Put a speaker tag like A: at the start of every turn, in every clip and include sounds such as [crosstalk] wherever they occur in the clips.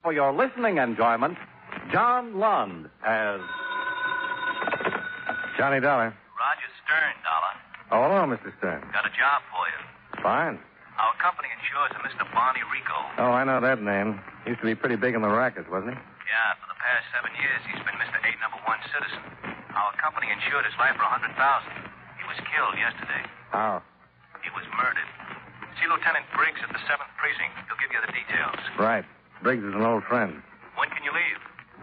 A: For your listening enjoyment, John Lund as Johnny Dollar.
B: Roger Stern, Dollar.
A: Oh, hello, Mr. Stern.
B: Got a job for you.
A: Fine.
B: Our company insures a Mr. Barney Rico.
A: Oh, I know that name. Used to be pretty big in the rackets, wasn't he?
B: Yeah, for the past seven years, he's been Mr. Eight Number One citizen. Our company insured his life for a hundred thousand. He was killed yesterday.
A: How?
B: He was murdered. See Lieutenant Briggs at the seventh precinct. He'll give you the details.
A: Right. Briggs is an old friend.
B: When can you leave?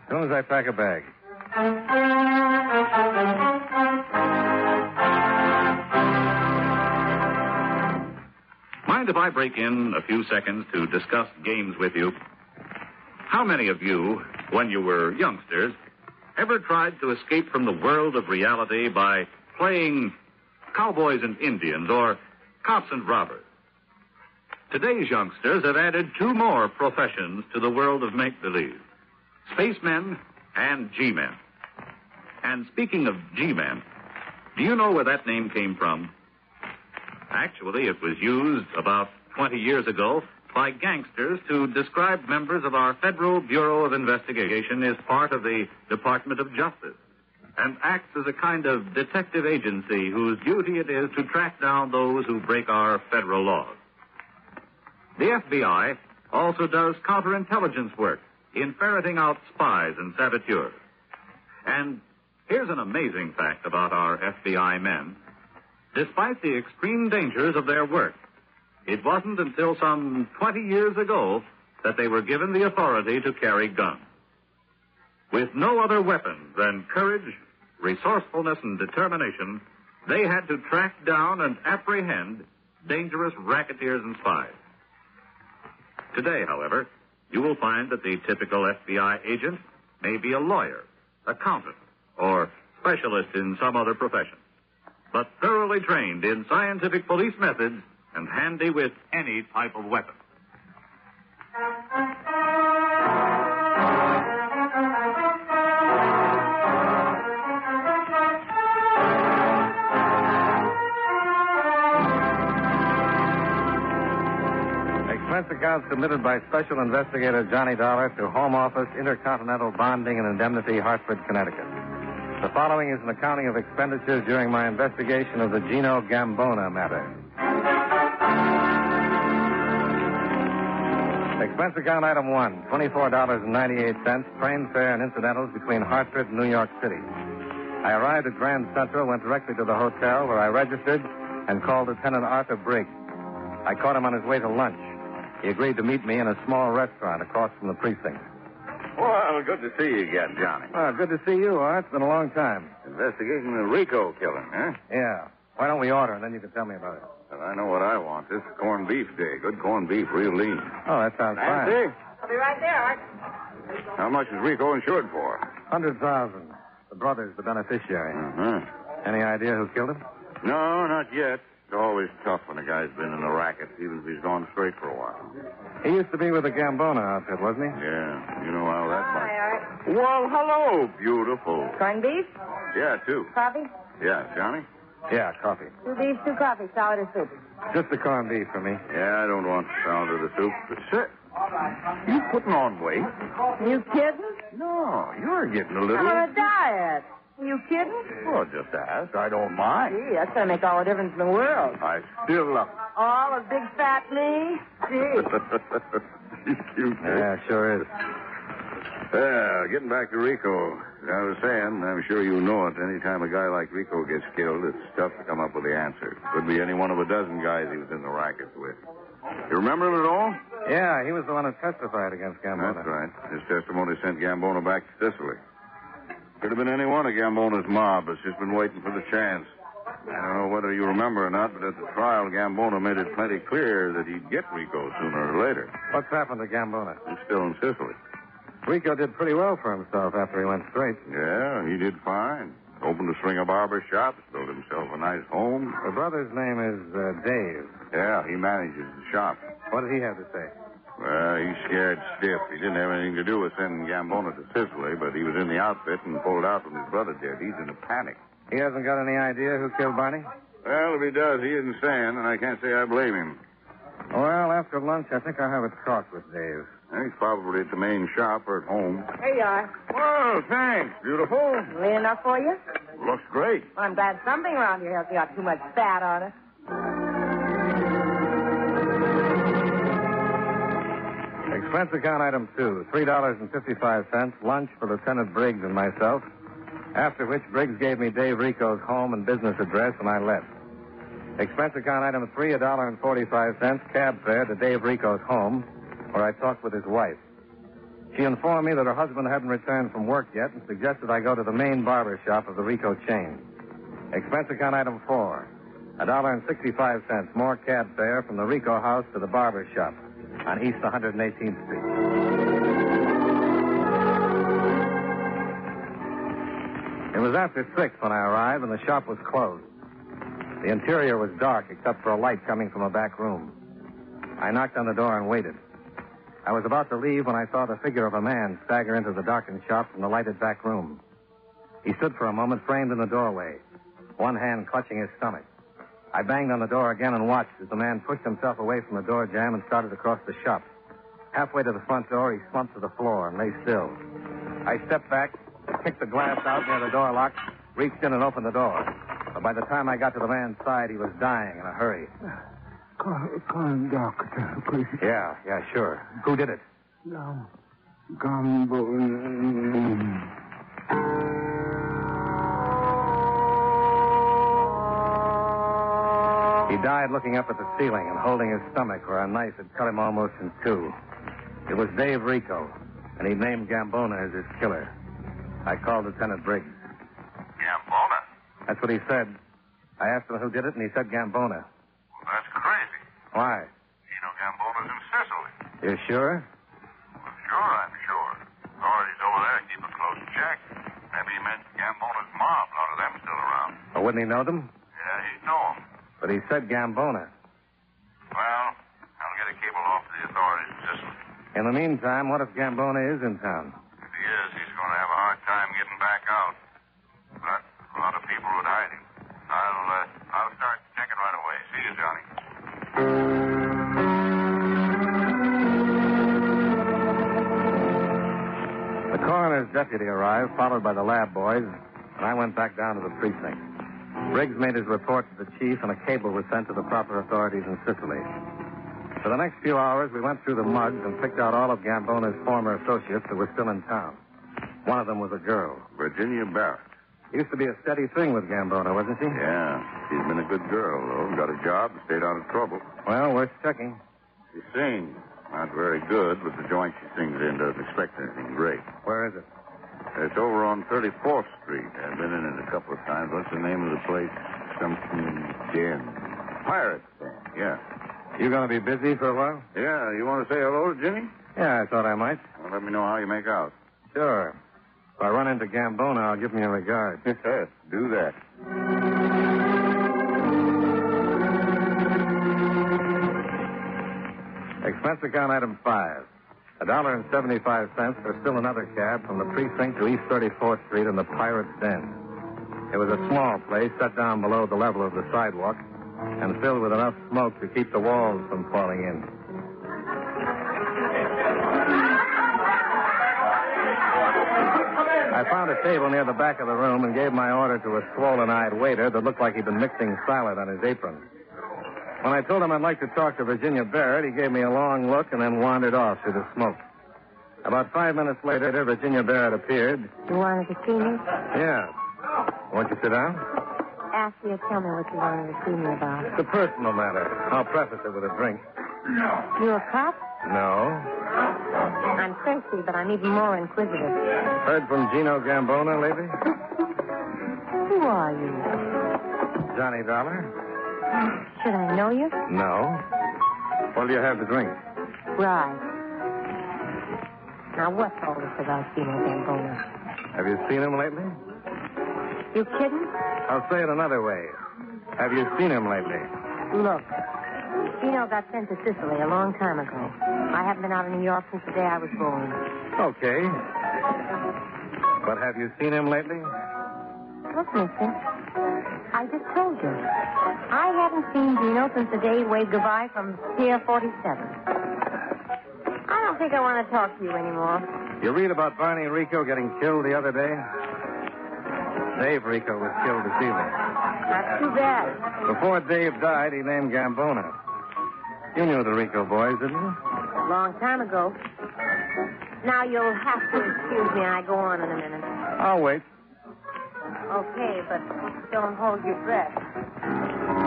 A: As soon as I pack a bag.
C: Mind if I break in a few seconds to discuss games with you? How many of you, when you were youngsters, ever tried to escape from the world of reality by playing cowboys and Indians or cops and robbers? Today's youngsters have added two more professions to the world of make believe spacemen and G men. And speaking of G men, do you know where that name came from? Actually, it was used about 20 years ago by gangsters to describe members of our Federal Bureau of Investigation as part of the Department of Justice and acts as a kind of detective agency whose duty it is to track down those who break our federal laws. The FBI also does counterintelligence work in ferreting out spies and saboteurs. And here's an amazing fact about our FBI men. Despite the extreme dangers of their work, it wasn't until some 20 years ago that they were given the authority to carry guns. With no other weapon than courage, resourcefulness, and determination, they had to track down and apprehend dangerous racketeers and spies. Today, however, you will find that the typical FBI agent may be a lawyer, accountant, or specialist in some other profession but thoroughly trained in scientific police methods and handy with any type of weapon.
A: Expense account submitted by Special Investigator Johnny Dollar to Home Office Intercontinental Bonding and Indemnity, Hartford, Connecticut. The following is an accounting of expenditures during my investigation of the Gino Gambona matter. Expense account item one, $24.98, train fare and incidentals between Hartford and New York City. I arrived at Grand Central, went directly to the hotel where I registered and called Lieutenant Arthur Briggs. I caught him on his way to lunch. He agreed to meet me in a small restaurant across from the precinct.
D: Well, good to see you again, Johnny.
A: Ah, good to see you, Art. It's been a long time.
D: Investigating the Rico killing, huh?
A: Yeah. Why don't we order and then you can tell me about it?
D: Well, I know what I want. This is corned beef day. Good corned beef, real lean.
A: Oh, that sounds fine.
D: Nancy,
E: I'll be right there, Art.
D: how much is Rico insured for?
A: Hundred thousand. The brother's the beneficiary.
D: Uh-huh.
A: Any idea who killed him?
D: No, not yet. It's always tough when a guy's been in the racket, even if he's gone straight for a while.
A: He used to be with the Gambona outfit, wasn't he?
D: Yeah, you know how that
E: Hi,
D: might.
E: Art.
D: Well, hello, beautiful.
E: Corned beef,
D: Yeah, too.
E: coffee,
D: Yeah, Johnny?
A: Yeah, coffee.
E: two beefs, two coffees, salad or soup.
A: Just the corned beef for me.
D: Yeah, I don't want the sound of the soup. But sit. You putting on weight?
E: You kidding?
D: No, you're getting a
E: I'm
D: little.
E: on a diet. You kidding?
D: Well, just ask. I don't mind.
E: Gee, that's gonna make all the difference in the world.
D: I still love [laughs]
E: All of big fat me. Gee.
D: She's cute.
A: Yeah, sure is.
D: Well, getting back to Rico. As I was saying, I'm sure you know it. Any time a guy like Rico gets killed, it's tough to come up with the answer. Could be any one of a dozen guys he was in the racket with. You remember him at all?
A: Yeah, he was the one who testified against Gambona.
D: That's right. His testimony sent Gambona back to Sicily. Could have been any one of Gambona's mob. It's just been waiting for the chance. I don't know whether you remember or not, but at the trial, Gambona made it plenty clear that he'd get Rico sooner or later.
A: What's happened to Gambona?
D: He's still in Sicily.
A: Rico did pretty well for himself after he went straight.
D: Yeah, he did fine. Opened a string of barber shops, built himself a nice home.
A: The brother's name is uh, Dave.
D: Yeah, he manages the shop.
A: What did he have to say?
D: Well, he's scared stiff. He didn't have anything to do with sending Gambona to Sicily, but he was in the outfit and pulled out when his brother did. He's in a panic.
A: He hasn't got any idea who killed Barney?
D: Well, if he does, he isn't saying, and I can't say I blame him.
A: Well, after lunch, I think I'll have a talk with Dave.
D: He's probably at the main shop or at home.
E: Here you are.
D: Well, thanks. Beautiful.
E: Really enough for you?
D: Looks great.
E: Well, I'm glad something around here hasn't got too much fat on it.
A: Expense account item two, three dollars and fifty-five cents, lunch for Lieutenant Briggs and myself. After which Briggs gave me Dave Rico's home and business address, and I left. Expense account item three, a dollar and forty-five cents, cab fare to Dave Rico's home, where I talked with his wife. She informed me that her husband hadn't returned from work yet and suggested I go to the main barber shop of the Rico chain. Expense account item four, a dollar and sixty-five cents, more cab fare from the Rico house to the barber shop on East 118th Street. It was after six when I arrived, and the shop was closed. The interior was dark except for a light coming from a back room. I knocked on the door and waited. I was about to leave when I saw the figure of a man stagger into the darkened shop from the lighted back room. He stood for a moment framed in the doorway, one hand clutching his stomach. I banged on the door again and watched as the man pushed himself away from the door jamb and started across the shop. Halfway to the front door, he slumped to the floor and lay still. I stepped back, kicked the glass out near the door lock, reached in and opened the door. But by the time I got to the man's side, he was dying in a hurry.
F: Call, call him doctor, please.
A: Yeah, yeah, sure. Who did it?
F: No. Gumball.
A: He died looking up at the ceiling and holding his stomach where a knife had cut him almost in two. It was Dave Rico, and he named Gambona as his killer. I called Lieutenant Briggs.
B: Gambona?
A: That's what he said. I asked him who did it, and he said Gambona.
B: Well, that's crazy.
A: Why?
B: Tino Gambona's in Sicily.
A: You sure?
B: Well, sure, I'm sure. Authorities over there keep a close check. Maybe he meant Gambona's mob. A lot of them still around.
A: Or wouldn't he know them?
B: Yeah, he'd know 'em.
A: But he said Gambona.
B: Well, I'll get a cable off to the authorities in Sicily.
A: In the meantime, what if Gambona is in town?
B: If he is, he's going to have a hard time getting back out. But a lot of people would hide him. I'll, uh, I'll start checking right away. See you, Johnny.
A: The coroner's deputy arrived, followed by the lab boys, and I went back down to the precinct. Briggs made his report to the chief, and a cable was sent to the proper authorities in Sicily. For the next few hours, we went through the mugs and picked out all of Gambona's former associates that were still in town. One of them was a girl.
D: Virginia Barrett.
A: Used to be a steady thing with Gambona, wasn't she?
D: Yeah. She's been a good girl, though. Got a job, stayed out of trouble.
A: Well, worth checking.
D: She sings. Not very good, but the joint she sings in doesn't expect anything great.
A: Where is it?
D: It's over on 34th Street. I've been in it a couple of times. What's the name of the place? Something Den. Pirate Den. Yeah.
A: You gonna be busy for a while?
D: Yeah, you want to say hello to Ginny?
A: Yeah, I thought I might.
D: Well, let me know how you make out.
A: Sure. If I run into Gambona, I'll give him
D: [laughs]
A: your regards.
D: Do that.
A: Expense account item five. A dollar and seventy-five cents for still another cab from the precinct to East 34th Street and the Pirate's Den. It was a small place set down below the level of the sidewalk and filled with enough smoke to keep the walls from falling in. I found a table near the back of the room and gave my order to a swollen-eyed waiter that looked like he'd been mixing salad on his apron. When I told him I'd like to talk to Virginia Barrett, he gave me a long look and then wandered off through the smoke. About five minutes later, Virginia Barrett appeared.
G: You wanted to see me?
A: Yeah. Won't you sit down?
G: Ask you to tell me what you wanted to see me about.
A: It's a personal matter. I'll preface it with a drink.
G: You a cop?
A: No.
G: I'm thirsty, but I'm even more inquisitive.
A: Heard from Gino Gambona lately?
G: Who are you?
A: Johnny Dollar?
G: Should I know you?
A: No. What do you have to drink?
G: Right. Now, what's all this about Gino Gambona?
A: Have you seen him lately?
G: You kidding?
A: I'll say it another way. Have you seen him lately?
G: Look, Gino got sent to Sicily a long time ago. I haven't been out of New York since the day I was born.
A: Okay. But have you seen him lately?
G: Look, mister, I just told you. I haven't seen Gino since the day he waved goodbye from Pier 47. I don't think I want to talk to you anymore.
A: You read about Barney Rico getting killed the other day? Dave Rico was killed this evening.
G: That's too bad.
A: Before Dave died, he named Gambona. You knew the Rico boys, didn't you?
G: A long time ago. Now you'll have to excuse me. I go on in a minute.
A: I'll wait.
G: Okay, but don't hold your breath.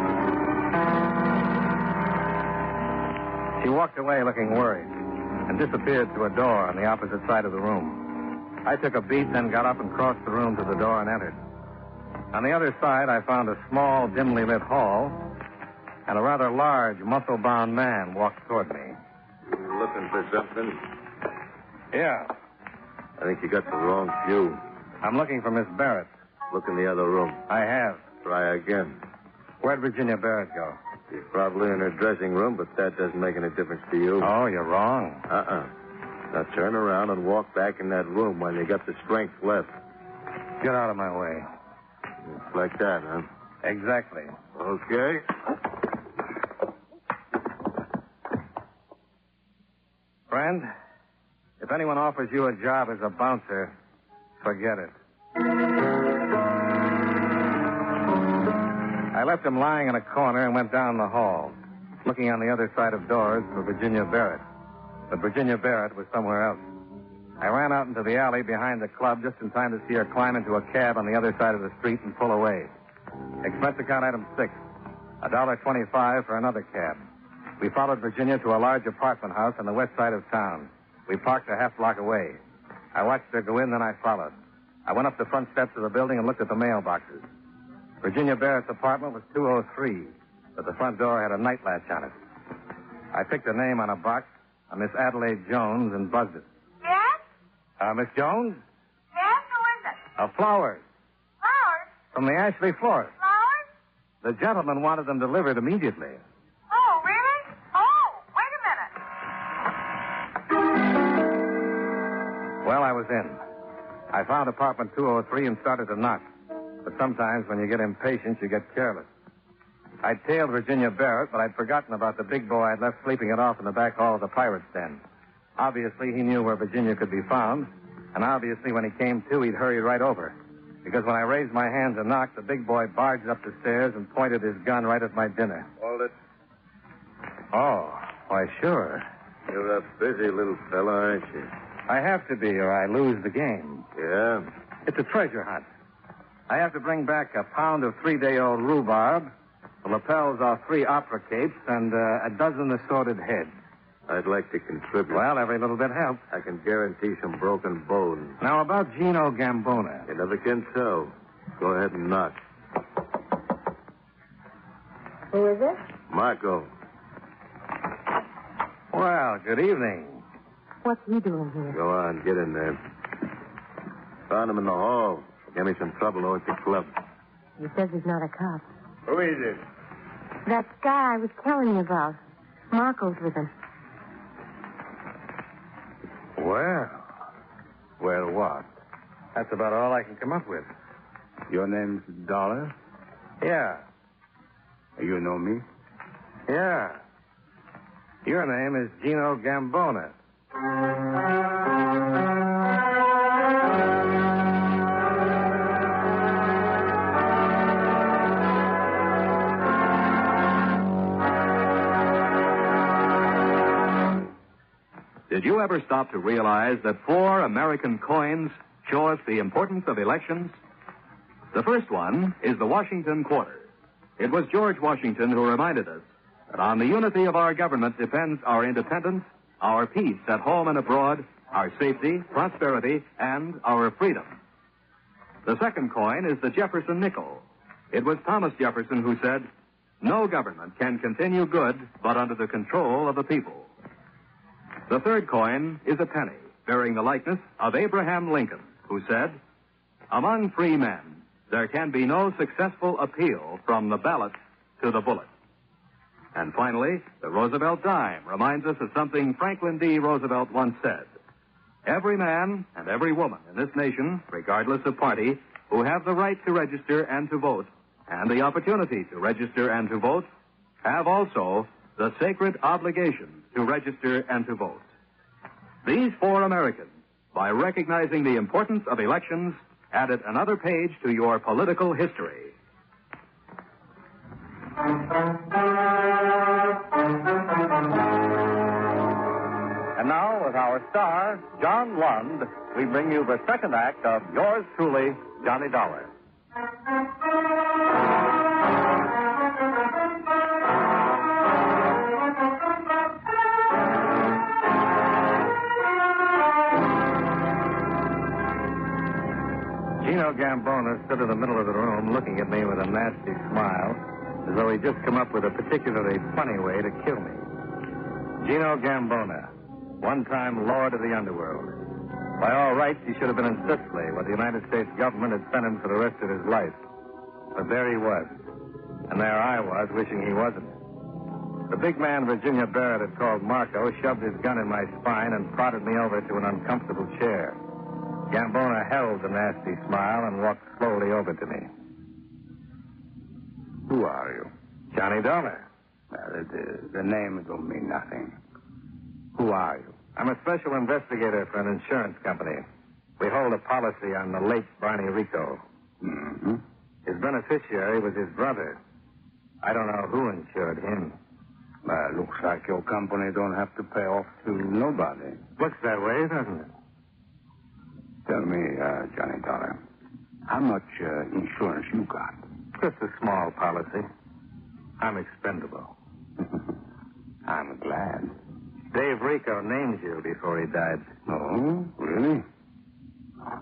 A: She walked away looking worried and disappeared through a door on the opposite side of the room. I took a beat, then got up and crossed the room to the door and entered. On the other side, I found a small, dimly lit hall, and a rather large, muscle bound man walked toward me.
D: You looking for something?
A: Yeah.
D: I think you got the wrong view.
A: I'm looking for Miss Barrett.
D: Look in the other room.
A: I have.
D: Try again.
A: Where'd Virginia Barrett go?
D: She's probably in her dressing room, but that doesn't make any difference to you.
A: Oh, you're wrong.
D: Uh-uh. Now turn around and walk back in that room when you got the strength left.
A: Get out of my way.
D: Like that, huh?
A: Exactly.
D: Okay.
A: Friend, if anyone offers you a job as a bouncer, forget it. I left him lying in a corner and went down the hall, looking on the other side of doors for Virginia Barrett. But Virginia Barrett was somewhere else. I ran out into the alley behind the club just in time to see her climb into a cab on the other side of the street and pull away. Expense account item six. A dollar twenty-five for another cab. We followed Virginia to a large apartment house on the west side of town. We parked a half block away. I watched her go in, then I followed. I went up the front steps of the building and looked at the mailboxes. Virginia Barrett's apartment was 203, but the front door had a night latch on it. I picked a name on a box, a Miss Adelaide Jones, and buzzed it.
H: Yes?
A: Uh, Miss Jones?
H: Yes, who is it?
A: A flowers
H: Flowers?
A: from the Ashley florist.
H: Flowers?
A: The gentleman wanted them delivered immediately.
H: Oh, really? Oh, wait a minute.
A: Well, I was in. I found apartment 203 and started to knock. But sometimes when you get impatient, you get careless. I tailed Virginia Barrett, but I'd forgotten about the big boy I'd left sleeping it off in the back hall of the pirate's den. Obviously, he knew where Virginia could be found, and obviously when he came to, he'd hurry right over. Because when I raised my hand to knock, the big boy barged up the stairs and pointed his gun right at my dinner.
D: Hold it.
A: Oh, why, sure.
D: You're a busy little fella, aren't you?
A: I have to be, or I lose the game.
D: Yeah.
A: It's a treasure hunt. I have to bring back a pound of three-day-old rhubarb, the lapels of three opera capes, and uh, a dozen assorted heads.
D: I'd like to contribute.
A: Well, every little bit helps.
D: I can guarantee some broken bones.
A: Now, about Gino Gambona.
D: You never can tell. Go ahead and knock.
G: Who is it?
D: Marco.
A: Well, good evening.
G: What's he doing here?
D: Go on, get in there. Found him in the hall. Gave me some trouble over at the club.
G: He says he's not a cop.
D: Who is it?
G: That guy I was telling you about. Marco's with him.
A: Well, well, what? That's about all I can come up with.
F: Your name's Dollar?
A: Yeah,
F: You know me?
A: yeah. Your name is Gino Gambona.
I: Did you ever stop to realize that four American coins show us the importance of elections? The first one is the Washington Quarter. It was George Washington who reminded us that on the unity of our government depends our independence, our peace at home and abroad, our safety, prosperity, and our freedom. The second coin is the Jefferson nickel. It was Thomas Jefferson who said, No government can continue good but under the control of the people. The third coin is a penny bearing the likeness of Abraham Lincoln, who said, Among free men, there can be no successful appeal from the ballot to the bullet. And finally, the Roosevelt dime reminds us of something Franklin D. Roosevelt once said. Every man and every woman in this nation, regardless of party, who have the right to register and to vote, and the opportunity to register and to vote, have also the sacred obligation to register and to vote. These four Americans, by recognizing the importance of elections, added another page to your political history.
A: And now, with our star, John Lund, we bring you the second act of yours truly, Johnny Dollar. Gino Gambona stood in the middle of the room looking at me with a nasty smile, as though he'd just come up with a particularly funny way to kill me. Gino Gambona, one time Lord of the Underworld. By all rights, he should have been in Sicily, where the United States government had sent him for the rest of his life. But there he was. And there I was, wishing he wasn't. The big man Virginia Barrett had called Marco shoved his gun in my spine and prodded me over to an uncomfortable chair. Gambona held the nasty smile and walked slowly over to me.
J: Who are you?
A: Johnny Dollar.
J: Uh, the, the name don't mean nothing. Who are you?
A: I'm a special investigator for an insurance company. We hold a policy on the late Barney Rico.
J: Mm-hmm.
A: His beneficiary was his brother. I don't know who insured him.
J: Uh, looks like your company don't have to pay off to nobody.
A: Looks that way, doesn't it?
J: Tell me, uh, Johnny Dollar, how much uh, insurance you got?
A: Just a small policy. I'm expendable.
J: [laughs] I'm glad.
A: Dave Rico named you before he died.
J: Oh, really?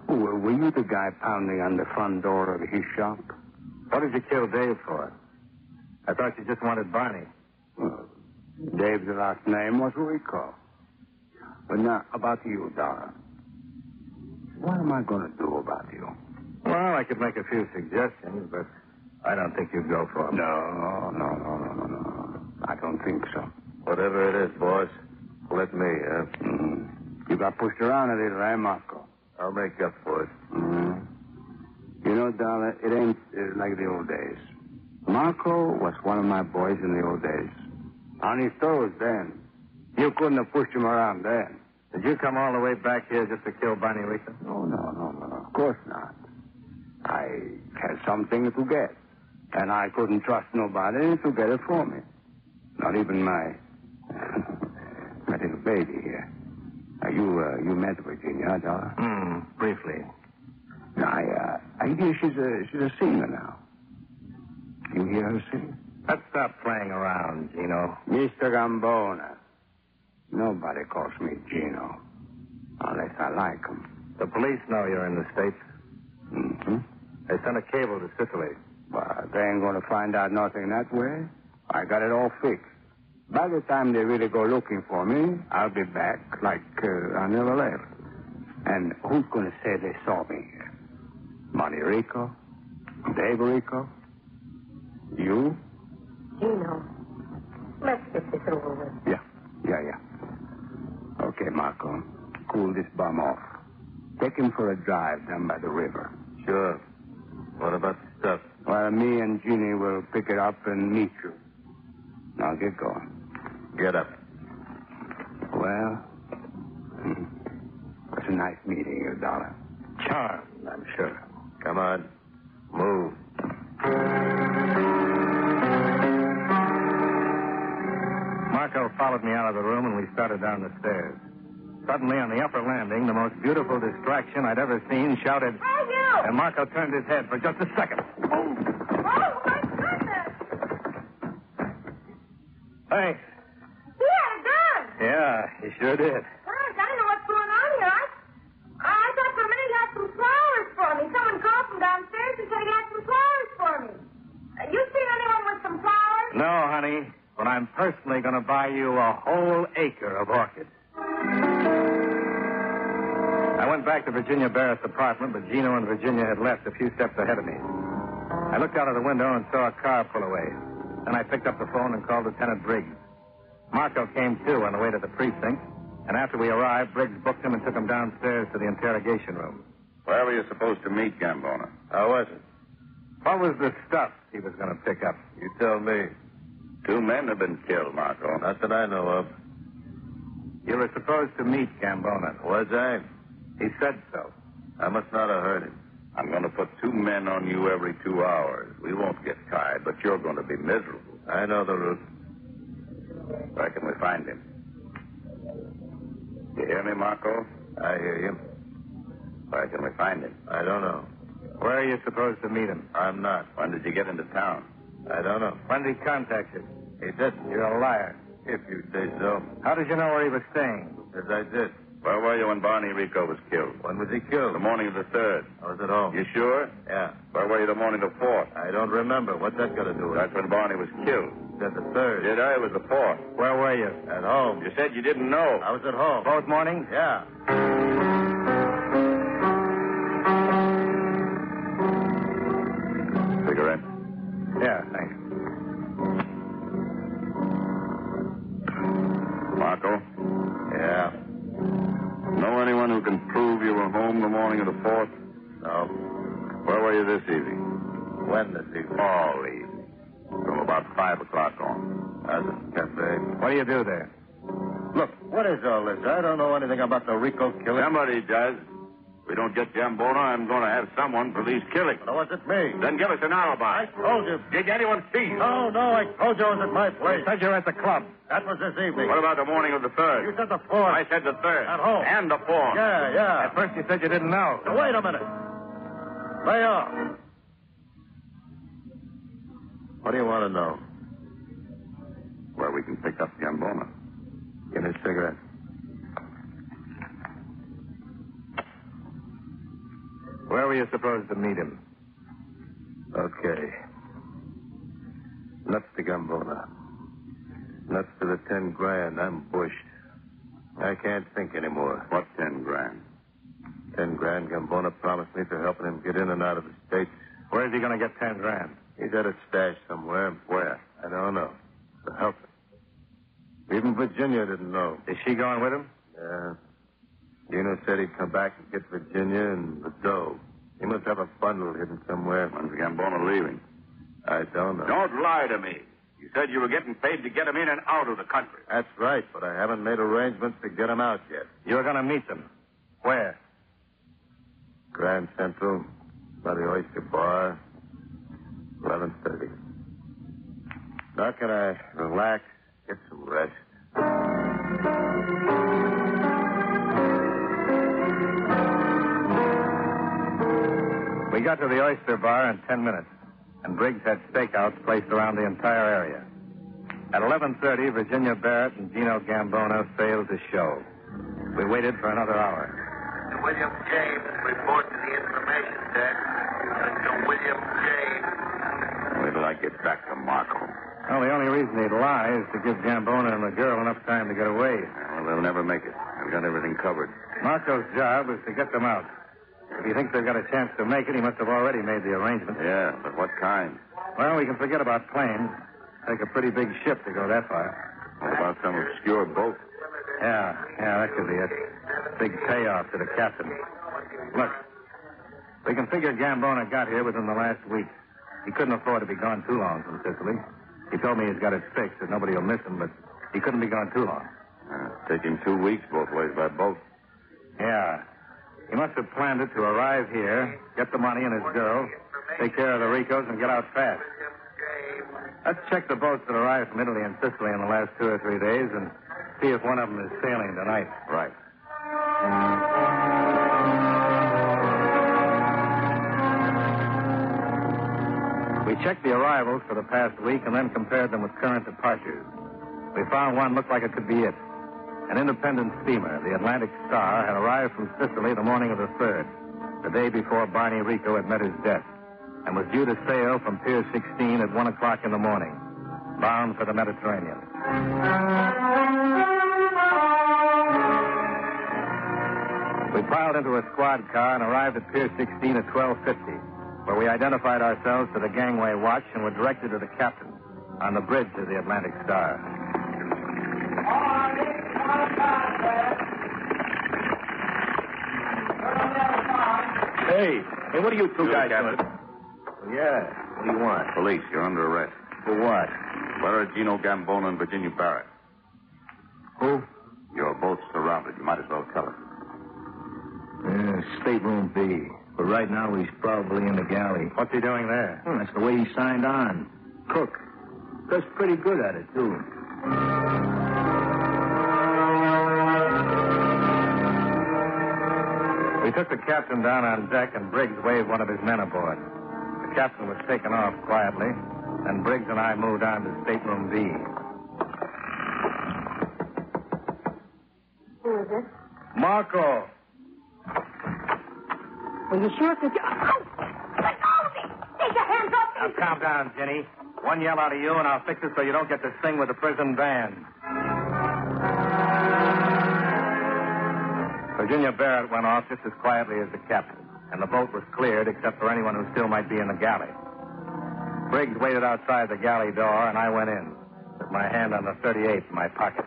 J: Well, were you the guy pounding on the front door of his shop?
A: What did you kill Dave for? I thought you just wanted Barney.
J: Well, Hmm. Dave's last name was Rico. But now, about you, Dollar. What am I going to do about you?
A: Well, I could make a few suggestions, but I don't think you'd go for them.
J: No, no, no, no, no, no. I don't think so.
D: Whatever it is, boss, let me, uh,
J: Mm. You got pushed around a little, eh, Marco?
D: I'll make up for it.
J: Mm. You know, Dollar, it ain't uh, like the old days. Marco was one of my boys in the old days. On his toes then. You couldn't have pushed him around then.
A: Did you come all the way back here just to kill Barney Rico?
J: No, no, no, no, of course not. I had something to get, and I couldn't trust nobody to get it for me. Not even my [laughs] my little baby here. Uh, you uh, you met Virginia, huh, Dollar?
A: Hmm, briefly.
J: I uh, I hear she's a she's a singer now. You hear her sing?
A: Let's stop playing around, Gino.
J: Mr. Gambona. Nobody calls me Gino, unless I like 'em.
A: The police know you're in the States.
J: hmm
A: They sent a cable to Sicily.
J: Well, they ain't going to find out nothing that way. I got it all fixed. By the time they really go looking for me, I'll be back like uh, I never left. And who's going to say they saw me here? Monte Rico? Dave Rico? You?
G: Gino, let's get this over with.
J: Yeah, yeah, yeah. Okay, Marco. Cool this bum off. Take him for a drive down by the river.
D: Sure. What about the stuff?
J: Well, me and Jeannie will pick it up and meet you. Now get going.
D: Get up.
J: Well, hmm, it's a nice meeting you, Dollar.
A: Charmed, I'm sure.
D: Come on. Move.
A: Marco followed me out of the room and we started down the stairs. Suddenly, on the upper landing, the most beautiful distraction I'd ever seen shouted,
H: Hey, you!
A: and Marco turned his head for just a second.
H: Oh, my goodness!
A: Thanks.
H: He had a gun!
A: Yeah, he sure did.
H: Gosh, I don't know what's going on here. I, I I thought for a minute he had some flowers for me. Someone called from downstairs and said he had some flowers for me. Uh, you seen anyone with some flowers?
A: No, honey, but I'm personally going to buy you a whole acre of orchids. I went back to Virginia Barrett's apartment, but Gino and Virginia had left a few steps ahead of me. I looked out of the window and saw a car pull away. Then I picked up the phone and called Lieutenant Briggs. Marco came too on the way to the precinct, and after we arrived, Briggs booked him and took him downstairs to the interrogation room.
D: Where were you supposed to meet Gambona? How was it?
A: What was the stuff he was going to pick up?
D: You tell me. Two men have been killed, Marco. Not that I know of.
A: You were supposed to meet Gambona.
D: Was I?
A: He said so.
D: I must not have heard him. I'm going to put two men on you every two hours. We won't get tired, but you're going to be miserable. I know the route. Where can we find him? You hear me, Marco? I hear you. Where can we find him? I don't know.
A: Where are you supposed to meet him?
D: I'm not. When did you get into town? I don't know.
A: When did he contact you?
D: He didn't.
A: You're a liar.
D: If you say so.
A: How did you know where he was staying?
D: As I did. Where were you when Barney Rico was killed? When was he killed? The morning of the third. I was at home. You sure? Yeah. Where were you the morning of the fourth? I don't remember. What's that got to do with That's when Barney was killed. That's the third. Did I? It was the fourth.
A: Where were you?
D: At home. You said you didn't know. I was at home.
A: Both mornings?
D: Yeah. Cigarette.
A: Yeah, thanks.
D: Marco? Yeah. Know anyone who can prove you were home the morning of the fourth? No. Where were you this evening? When this evening? All evening. From about five o'clock on. I was at the cafe.
A: What do you do there?
D: Look, what is all this? I don't know anything about the Rico killing. Somebody does. We don't get Gambona, I'm going to have someone police killing. But it wasn't me. Then give us an alibi. I told you. Did anyone see you? No, no, I told you I was at my place.
A: said you're at the club.
D: That was this evening. What about the morning of the third? You said the fourth. I said the third. At home. And the fourth. Yeah, yeah.
A: At first you said you didn't know.
D: Now, wait a minute. Lay off. What do you want to know? Where we can pick up Gambona. Get his cigarette.
A: Where were you supposed to meet him?
D: Okay. Nuts to Gambona. Nuts to the ten grand. I'm bushed. I can't think anymore. What ten grand? Ten grand. Gambona promised me for helping him get in and out of the States.
A: Where is he going to get ten grand?
D: He's at a stash somewhere. Where? I don't know. So help him. Even Virginia didn't know.
A: Is she going with him?
D: Yeah. Dino said he'd come back and get Virginia and the dough. He must have a bundle hidden somewhere. When's Gambona leaving? I don't know. Don't lie to me. You said you were getting paid to get him in and out of the country. That's right, but I haven't made arrangements to get him out yet.
A: You're going to meet them. Where?
D: Grand Central, by the Oyster Bar, 11.30. Now can I relax, get some rest?
A: We got to the Oyster Bar in ten minutes, and Briggs had stakeouts placed around the entire area. At 11.30, Virginia Barrett and Gino Gambona failed to show. We waited for another hour.
K: William James, report to the information desk. Mr. William James.
D: Wait till I get back to Marco.
A: Well, the only reason he'd lie is to give Gambona and the girl enough time to get away.
D: Well, they'll never make it. I've got everything covered.
A: Marco's job is to get them out. If he thinks they've got a chance to make it, he must have already made the arrangements.
D: Yeah, but what kind?
A: Well, we can forget about planes. Take a pretty big ship to go that far.
D: What about some obscure boat?
A: Yeah, yeah, that could be it. Big payoff to the captain. Look, we can figure Gambona got here within the last week. He couldn't afford to be gone too long from Sicily. He told me he's got it fixed that nobody will miss him, but he couldn't be gone too long.
D: Uh, taking two weeks both ways by boat.
A: Yeah. He must have planned it to arrive here, get the money and his girl, take care of the Ricos, and get out fast. Let's check the boats that arrived from Italy and Sicily in the last two or three days and see if one of them is sailing tonight.
D: Right.
A: We checked the arrivals for the past week and then compared them with current departures. We found one looked like it could be it. An independent steamer, the Atlantic Star, had arrived from Sicily the morning of the 3rd, the day before Barney Rico had met his death, and was due to sail from Pier 16 at 1 o'clock in the morning, bound for the Mediterranean. We piled into a squad car and arrived at Pier 16 at 12.50, where we identified ourselves to the gangway watch and were directed to the captain on the bridge of the Atlantic Star.
C: Hey, hey, what are you two
D: Sure,
C: guys
D: Captain.
C: doing?
A: Yeah. What do you want?
D: Police, you're under arrest.
A: For what?
D: Where are Gino Gambona and Virginia Barrett?
A: Who?
D: You're both
L: stateroom B. But right now he's probably in the galley.
A: What's he doing there?
L: Well, that's the way he signed on. Cook. Cook's pretty good at it, too.
A: We took the captain down on deck, and Briggs waved one of his men aboard. The captain was taken off quietly, and Briggs and I moved on to stateroom B.
G: Who is this?
A: Marco!
G: Well, you sure could.
H: Let go of me! Take your hands off
A: Now,
H: me!
A: calm down, Jenny. One yell out of you, and I'll fix it so you don't get this thing with the prison band. Virginia Barrett went off just as quietly as the captain, and the boat was cleared except for anyone who still might be in the galley. Briggs waited outside the galley door, and I went in, with my hand on the 38 in my pocket.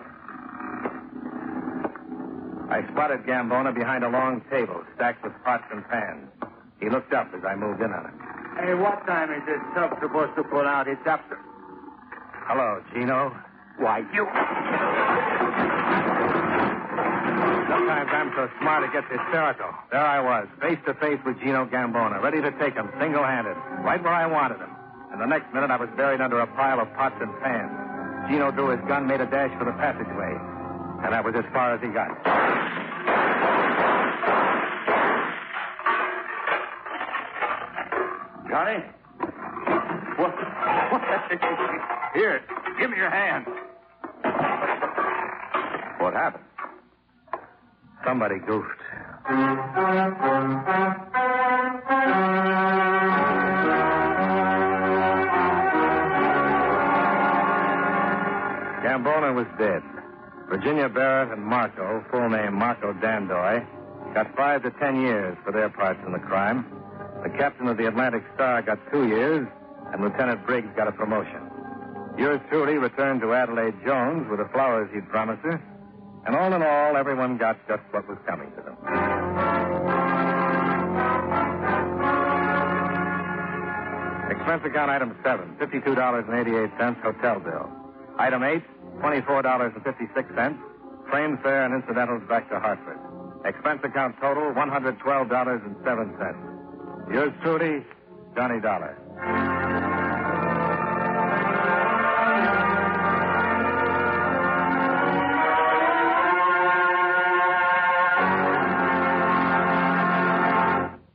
A: I spotted Gambona behind a long table stacked with pots and pans. He looked up as I moved in on him.
M: Hey, what time is this tub supposed to pull out? It's after.
A: Hello, Gino. Why, you. Sometimes I'm so smart it gets hysterical. There I was, face to face with Gino Gambona, ready to take him single handed, right where I wanted him. And the next minute I was buried under a pile of pots and pans. Gino drew his gun, made a dash for the passageway, and that was as far as he got.
M: Johnny? What? what? Here, give me your hand.
A: What happened? Somebody goofed. Gambona was dead. Virginia Barrett and Marco, full name Marco Dandoy, got five to ten years for their parts in the crime. The captain of the Atlantic Star got two years, and Lieutenant Briggs got a promotion. Yours truly returned to Adelaide Jones with the flowers he'd promised her, and all in all, everyone got just what was coming to them. Expense account item seven, fifty-two dollars and eighty-eight cents hotel bill. Item eight, twenty-four dollars and fifty-six cents, train fare and incidentals back to Hartford. Expense account total one hundred twelve dollars and seven cents. Yours truly, Johnny Dollar.